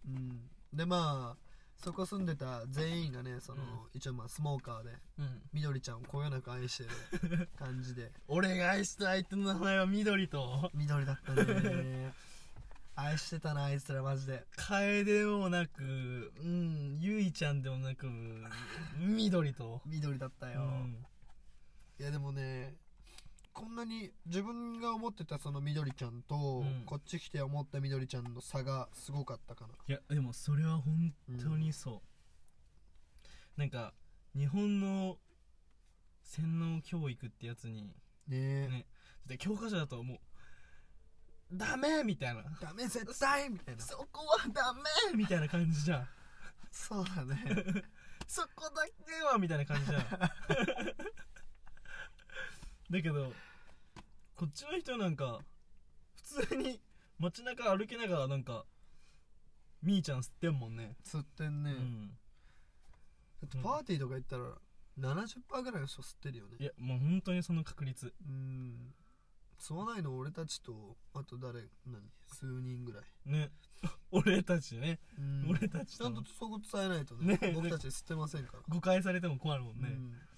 [SPEAKER 1] うんでまあそこ住んでた全員がねその、
[SPEAKER 2] うん
[SPEAKER 1] 一応まあスモーカーで
[SPEAKER 2] うん。
[SPEAKER 1] みどりちゃんをこよなく愛してる感じで
[SPEAKER 2] 俺が愛した相手の名前は緑と。
[SPEAKER 1] 緑だったね愛してたなあいつらマジで
[SPEAKER 2] 楓でもなく、うん、ゆいちゃんでもなく、緑と。
[SPEAKER 1] 緑だった
[SPEAKER 2] う
[SPEAKER 1] よ、
[SPEAKER 2] ん。
[SPEAKER 1] いやでもねこんなに自分が思ってたその緑ちゃんと、
[SPEAKER 2] ん
[SPEAKER 1] こっち来て思った緑ちゃんの差がすごかったかない
[SPEAKER 2] や、でもそれは本当にそう。なんか、日本の洗脳教育ってやつに、
[SPEAKER 1] ねえ、
[SPEAKER 2] ねで教科書だともう、ダメみたいな。
[SPEAKER 1] ダメ絶対みたいな
[SPEAKER 2] そこはダメみたいな感じじゃん。
[SPEAKER 1] そうだね
[SPEAKER 2] そこだけはみたいな感じじゃん だけどこっちの人なんか普通に街中歩きながらなんかみーちゃん吸ってんもんね
[SPEAKER 1] 吸ってんね、
[SPEAKER 2] うん
[SPEAKER 1] だってパーティーとか行ったら70%ぐらいの人吸ってるよ
[SPEAKER 2] い
[SPEAKER 1] ね
[SPEAKER 2] やもう本当にその確率
[SPEAKER 1] うん吸わないの俺たちとあと誰何数人ぐらい、
[SPEAKER 2] ね 俺たちね、
[SPEAKER 1] うん
[SPEAKER 2] 俺たち
[SPEAKER 1] ちゃ
[SPEAKER 2] と
[SPEAKER 1] んとそこ伝えないとね
[SPEAKER 2] ねえ
[SPEAKER 1] 僕たち吸ってませんから
[SPEAKER 2] 誤解されても困るもんね、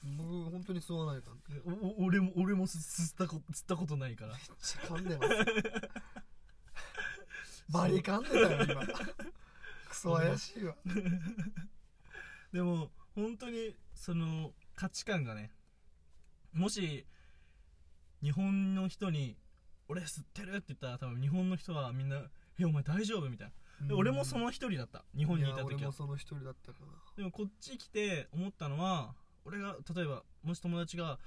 [SPEAKER 1] うん、僕本当に吸わないからめっ
[SPEAKER 2] おお俺も俺も吸ったこと吸ったことないから
[SPEAKER 1] ちゃ噛んでます バリ噛んでたよ今クソ怪しいわ
[SPEAKER 2] でも本当にその価値観がねもし日本の人に「俺吸ってる」って言ったら多分日本の人はみんな「えお前大丈夫?」みたいなで俺もその一人だった日本にいた
[SPEAKER 1] や
[SPEAKER 2] 時
[SPEAKER 1] 俺
[SPEAKER 2] は
[SPEAKER 1] もその一人だったか
[SPEAKER 2] でもこっち来て思ったのは俺が例えばもし友達が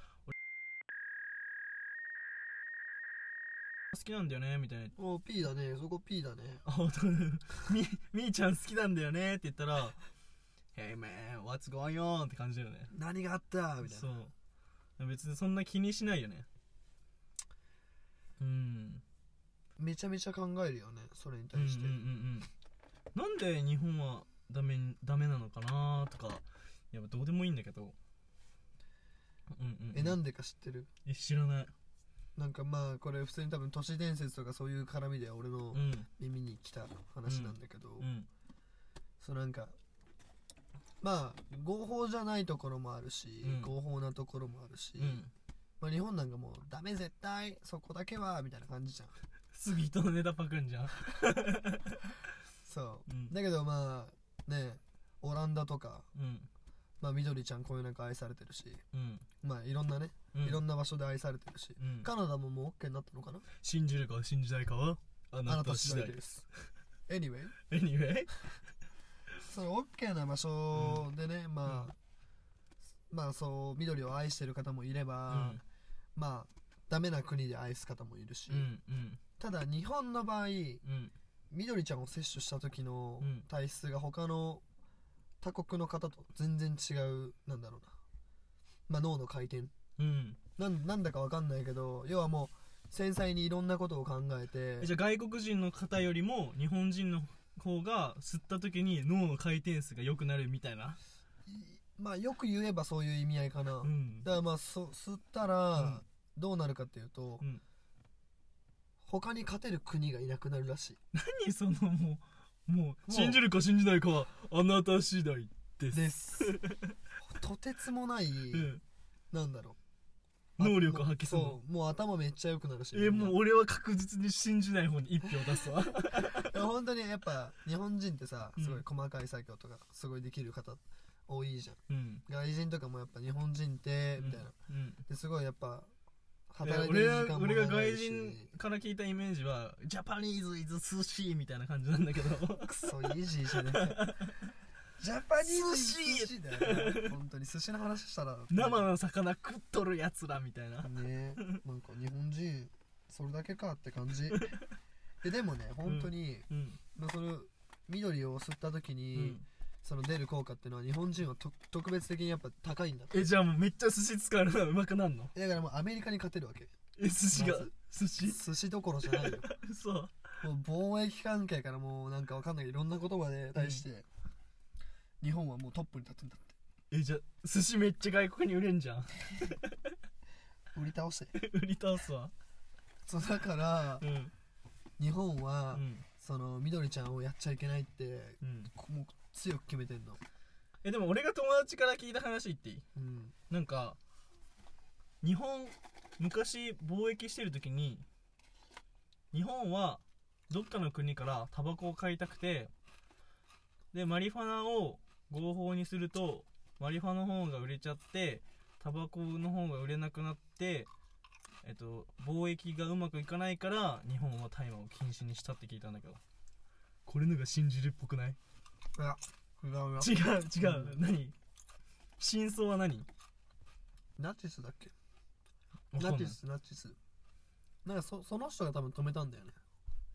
[SPEAKER 2] 「俺好きなんだよね」みたいな
[SPEAKER 1] らおう P だねそこ P だね
[SPEAKER 2] 「あ本当 みみーちゃん好きなんだよね」って言ったら 「Hey man what's going on?」って感じだよね
[SPEAKER 1] 何があったみたいな
[SPEAKER 2] そう別にそんな気にしないよねうん
[SPEAKER 1] めちゃめちゃ考えるよねそれに
[SPEAKER 2] うんうん
[SPEAKER 1] 対して、
[SPEAKER 2] うんうんなんで日本はダメダメなのかなとかいやどうでもいいんだけどうんうん、うん、
[SPEAKER 1] えなんでか知ってる
[SPEAKER 2] え知らない
[SPEAKER 1] なんかまあこれ普通に多分都市伝説とかそういう絡みで俺の
[SPEAKER 2] うん
[SPEAKER 1] 耳に来た話なんだけど、
[SPEAKER 2] うん
[SPEAKER 1] そうなんかまあ合法じゃないところもあるし、
[SPEAKER 2] うん
[SPEAKER 1] 合法なところもあるし、
[SPEAKER 2] うん
[SPEAKER 1] まあ、日本なんかもうダメ絶対そこだけはみたいな感じじゃん
[SPEAKER 2] すぐ人のネタパクんじゃん
[SPEAKER 1] そう
[SPEAKER 2] うん
[SPEAKER 1] だけどまあねオランダとか
[SPEAKER 2] うん
[SPEAKER 1] まあ緑ちゃんこういうなんか愛されてるし
[SPEAKER 2] うん
[SPEAKER 1] まあいろんなね、
[SPEAKER 2] うん
[SPEAKER 1] いろんな場所で愛されてるし、
[SPEAKER 2] うん
[SPEAKER 1] カナダももう OK になったのかな
[SPEAKER 2] 信じるか信じないかはあ
[SPEAKER 1] あ
[SPEAKER 2] な
[SPEAKER 1] な
[SPEAKER 2] た
[SPEAKER 1] た
[SPEAKER 2] 次
[SPEAKER 1] 次
[SPEAKER 2] 第
[SPEAKER 1] 第
[SPEAKER 2] で
[SPEAKER 1] ですす Anyway
[SPEAKER 2] Anyway
[SPEAKER 1] その OK な場所でね、まあ、まあそう緑を愛してる方もいれ
[SPEAKER 2] う
[SPEAKER 1] ば、
[SPEAKER 2] ん
[SPEAKER 1] まあダメな国で愛す方もいるし、
[SPEAKER 2] うんうん
[SPEAKER 1] ただ日本の場合
[SPEAKER 2] うん
[SPEAKER 1] 緑ちゃんを摂取した時の
[SPEAKER 2] うん
[SPEAKER 1] 体質が他の他国の方と全然違うなんだろうな、まあ、脳の回転
[SPEAKER 2] うん
[SPEAKER 1] なんなんだか分かんないけど要はもう繊細にいろんなことを考えて
[SPEAKER 2] えじゃあ外国人の方よりも日本人の方が吸った時に脳の回転数が良くなるみたいな、
[SPEAKER 1] まあよく言えばそういう意味合いかな、
[SPEAKER 2] うん
[SPEAKER 1] だからまあそ吸った
[SPEAKER 2] うん
[SPEAKER 1] らどうなるかっていうと、
[SPEAKER 2] うん
[SPEAKER 1] 他に勝てる国がいなくなるらしい
[SPEAKER 2] 何そのもうもう信じるか信じないかはあなた次第です、
[SPEAKER 1] ですとてつもない、
[SPEAKER 2] うん、
[SPEAKER 1] なんだろう
[SPEAKER 2] 能力を発揮するの
[SPEAKER 1] そうもう頭めっちゃ良くなるし
[SPEAKER 2] え
[SPEAKER 1] みんな
[SPEAKER 2] もう俺は確実に信じない方に一票 出すわ
[SPEAKER 1] いや本当にやっぱ日本人ってさ
[SPEAKER 2] うん
[SPEAKER 1] すごい細かい作業とかすごいできる方多いじゃん
[SPEAKER 2] うん
[SPEAKER 1] 外人とかもやっぱ日本人ってみたいな
[SPEAKER 2] うん
[SPEAKER 1] ですごいやっぱ
[SPEAKER 2] いや
[SPEAKER 1] 働いて
[SPEAKER 2] 俺
[SPEAKER 1] る時
[SPEAKER 2] は
[SPEAKER 1] 間も
[SPEAKER 2] 俺が
[SPEAKER 1] 長
[SPEAKER 2] 外
[SPEAKER 1] いし
[SPEAKER 2] 人から聞いたイメージはジャパニーズイズ寿司みたいな感じなんだけど
[SPEAKER 1] クソイージーじゃねえ ジャパニーズ
[SPEAKER 2] 寿司
[SPEAKER 1] 寿司だよな本当に寿司の話したら
[SPEAKER 2] 生
[SPEAKER 1] ね
[SPEAKER 2] の魚食っとるやつらみたいな
[SPEAKER 1] えなんか日本人それだけかって感じ ででもね本当に、
[SPEAKER 2] うん
[SPEAKER 1] まあ、その緑を吸った時
[SPEAKER 2] う
[SPEAKER 1] に、
[SPEAKER 2] ん
[SPEAKER 1] その出る効果っていうのは日本人はと特別的にやっぱ高いんだって
[SPEAKER 2] えじゃあもうめっちゃ寿司使うのうまくなんの
[SPEAKER 1] だからもうアメリカに勝てるわけ
[SPEAKER 2] え寿司が
[SPEAKER 1] まず
[SPEAKER 2] 寿司
[SPEAKER 1] 寿司どころじゃ ないよ
[SPEAKER 2] そう
[SPEAKER 1] もう貿易関係からもうなんかわかんないけどいろんな言葉で対して、日本はもうトップに立つんだって
[SPEAKER 2] えじゃあ寿司めっちゃ外国に売れんじゃん
[SPEAKER 1] 売り倒して
[SPEAKER 2] 売り倒すわ
[SPEAKER 1] そうだから
[SPEAKER 2] うん
[SPEAKER 1] 日本
[SPEAKER 2] う
[SPEAKER 1] は、
[SPEAKER 2] ん
[SPEAKER 1] その緑ちゃんをやっちゃいけないって
[SPEAKER 2] うん
[SPEAKER 1] こもう強く決めてんの
[SPEAKER 2] えでも俺が友達から聞いた話言っていい
[SPEAKER 1] うん
[SPEAKER 2] なんか日本昔貿易してる時に日本はどっかの国からタバコを買いたくてでマリファナを合法にするとマリファの方が売れちゃってタバコの方が売れなくなってえっと貿易がうまくいかないから日本は大麻を禁止にしたって聞いたんだけどこれのが信じるっぽくない
[SPEAKER 1] いや違うよ
[SPEAKER 2] 違う違う、
[SPEAKER 1] う
[SPEAKER 2] 何真相は何
[SPEAKER 1] ナチスだっけ
[SPEAKER 2] わか
[SPEAKER 1] ナ
[SPEAKER 2] んない
[SPEAKER 1] チスナチスなんかそその人が多分止めたんだよね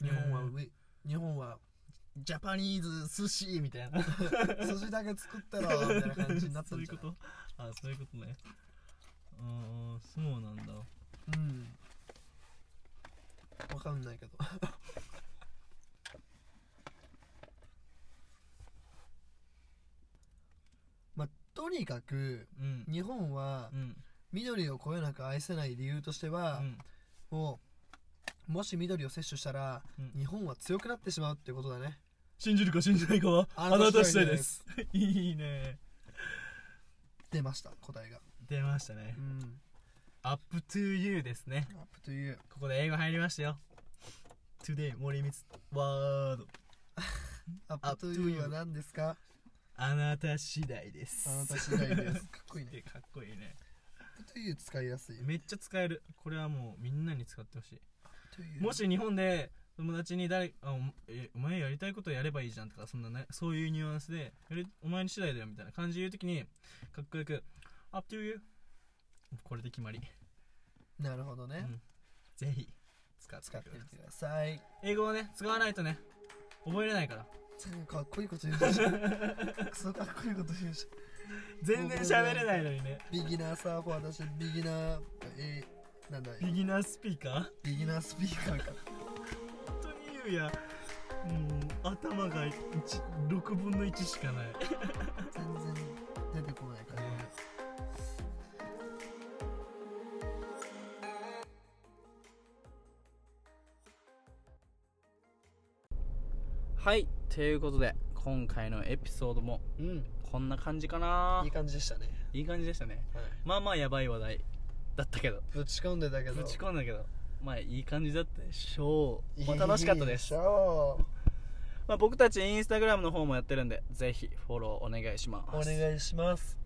[SPEAKER 1] 日本は
[SPEAKER 2] えー
[SPEAKER 1] ウイ日本は
[SPEAKER 2] ジャパニーズ寿司み たいな
[SPEAKER 1] 寿司だけ作った ろみたいな感じになった
[SPEAKER 2] そうんいう
[SPEAKER 1] じゃ
[SPEAKER 2] こ
[SPEAKER 1] ない
[SPEAKER 2] とあそういうことねうーんそうなんだ
[SPEAKER 1] うんわかんないけど まあとにかく
[SPEAKER 2] うん
[SPEAKER 1] 日本は
[SPEAKER 2] うん
[SPEAKER 1] 緑をこよなく愛せない理由として
[SPEAKER 2] う
[SPEAKER 1] は、
[SPEAKER 2] ん
[SPEAKER 1] もうもし緑を摂取したら、
[SPEAKER 2] うん
[SPEAKER 1] 日本は強くなってしまうってことだね
[SPEAKER 2] 信じるか信じないかはあ
[SPEAKER 1] あ
[SPEAKER 2] な
[SPEAKER 1] な
[SPEAKER 2] た
[SPEAKER 1] た
[SPEAKER 2] 次
[SPEAKER 1] 次
[SPEAKER 2] 第
[SPEAKER 1] 第
[SPEAKER 2] で
[SPEAKER 1] ですす
[SPEAKER 2] いいね
[SPEAKER 1] 出ました答えが
[SPEAKER 2] 出ましたね
[SPEAKER 1] うん
[SPEAKER 2] アップトゥーユーですね
[SPEAKER 1] アップという
[SPEAKER 2] ここで英語入りましたよ Today 森光ワード
[SPEAKER 1] アップというは何ですか
[SPEAKER 2] あなた次第です
[SPEAKER 1] あなた次第 ですかっこいいね
[SPEAKER 2] えかっこいいね
[SPEAKER 1] アップという使いやすいよ
[SPEAKER 2] めっちゃ使えるこれはもうみんなに使ってほしい
[SPEAKER 1] という
[SPEAKER 2] もし日本で友達に誰あおえお前やりたいことやればいいじゃんとかそんな、ね、そういうニュアンスでやれお前の次第だよみたいな感じで言うときにかっこよく「Up to you」これで決まり、
[SPEAKER 1] なるほど
[SPEAKER 2] う
[SPEAKER 1] ね、
[SPEAKER 2] ん、ぜひ使って
[SPEAKER 1] 使っ
[SPEAKER 2] く
[SPEAKER 1] て
[SPEAKER 2] だ
[SPEAKER 1] み
[SPEAKER 2] さ
[SPEAKER 1] て
[SPEAKER 2] い
[SPEAKER 1] ください
[SPEAKER 2] 英語をね使わないとね覚えれないから
[SPEAKER 1] かっこいいこと言うじゃんクソかっこいいこと言うじ
[SPEAKER 2] 全然喋れないのにね
[SPEAKER 1] ゃんビギナーサーファーだしビギナーえー、なんだ
[SPEAKER 2] ビギナースピーカー
[SPEAKER 1] ビギナースピーカーか
[SPEAKER 2] 本当に言うやもう頭が6分の1しかない
[SPEAKER 1] 全然出てこないから、
[SPEAKER 2] ね
[SPEAKER 3] はいということで今回のエピソードも
[SPEAKER 1] うん
[SPEAKER 3] こんな感じかない
[SPEAKER 1] い感じでしたね、
[SPEAKER 3] いい感じでしたね
[SPEAKER 1] はい、
[SPEAKER 3] まあまあやばい話題だったけど
[SPEAKER 1] ぶち込んでたけど
[SPEAKER 3] ぶち込んだけどまあいい感じだったでしょう、まあ、楽しかったです
[SPEAKER 1] いいしょう
[SPEAKER 3] まあ、僕たちインスタグラムの方もやってるんでぜひフォローお願いします
[SPEAKER 1] お願いします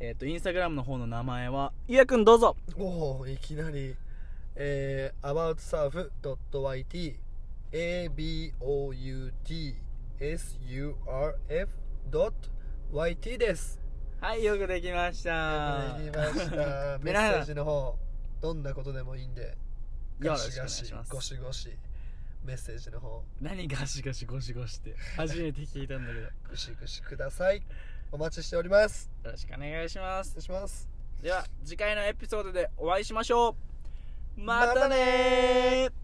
[SPEAKER 3] えっ、とインスタグラムの方の名前はゆうやくんどうぞ
[SPEAKER 1] おおいきなりえー、aboutsurf.yt aboutsurf.yt です
[SPEAKER 3] はいよくできました
[SPEAKER 1] できました メッセージの方どんなことでもいいんで
[SPEAKER 3] よろ
[SPEAKER 1] ガ
[SPEAKER 3] しく
[SPEAKER 1] シ
[SPEAKER 3] お願
[SPEAKER 1] ガ
[SPEAKER 3] い
[SPEAKER 1] シ
[SPEAKER 3] します
[SPEAKER 1] ゴシゴシメッセージの方
[SPEAKER 3] 何ガシガシゴシゴシって初めて聞いたん だけどよ
[SPEAKER 1] グシグシくださいお待ちしております
[SPEAKER 3] ろしくお願いします
[SPEAKER 1] 失礼します
[SPEAKER 3] では次回のエピソードでお会いしましょうまたねー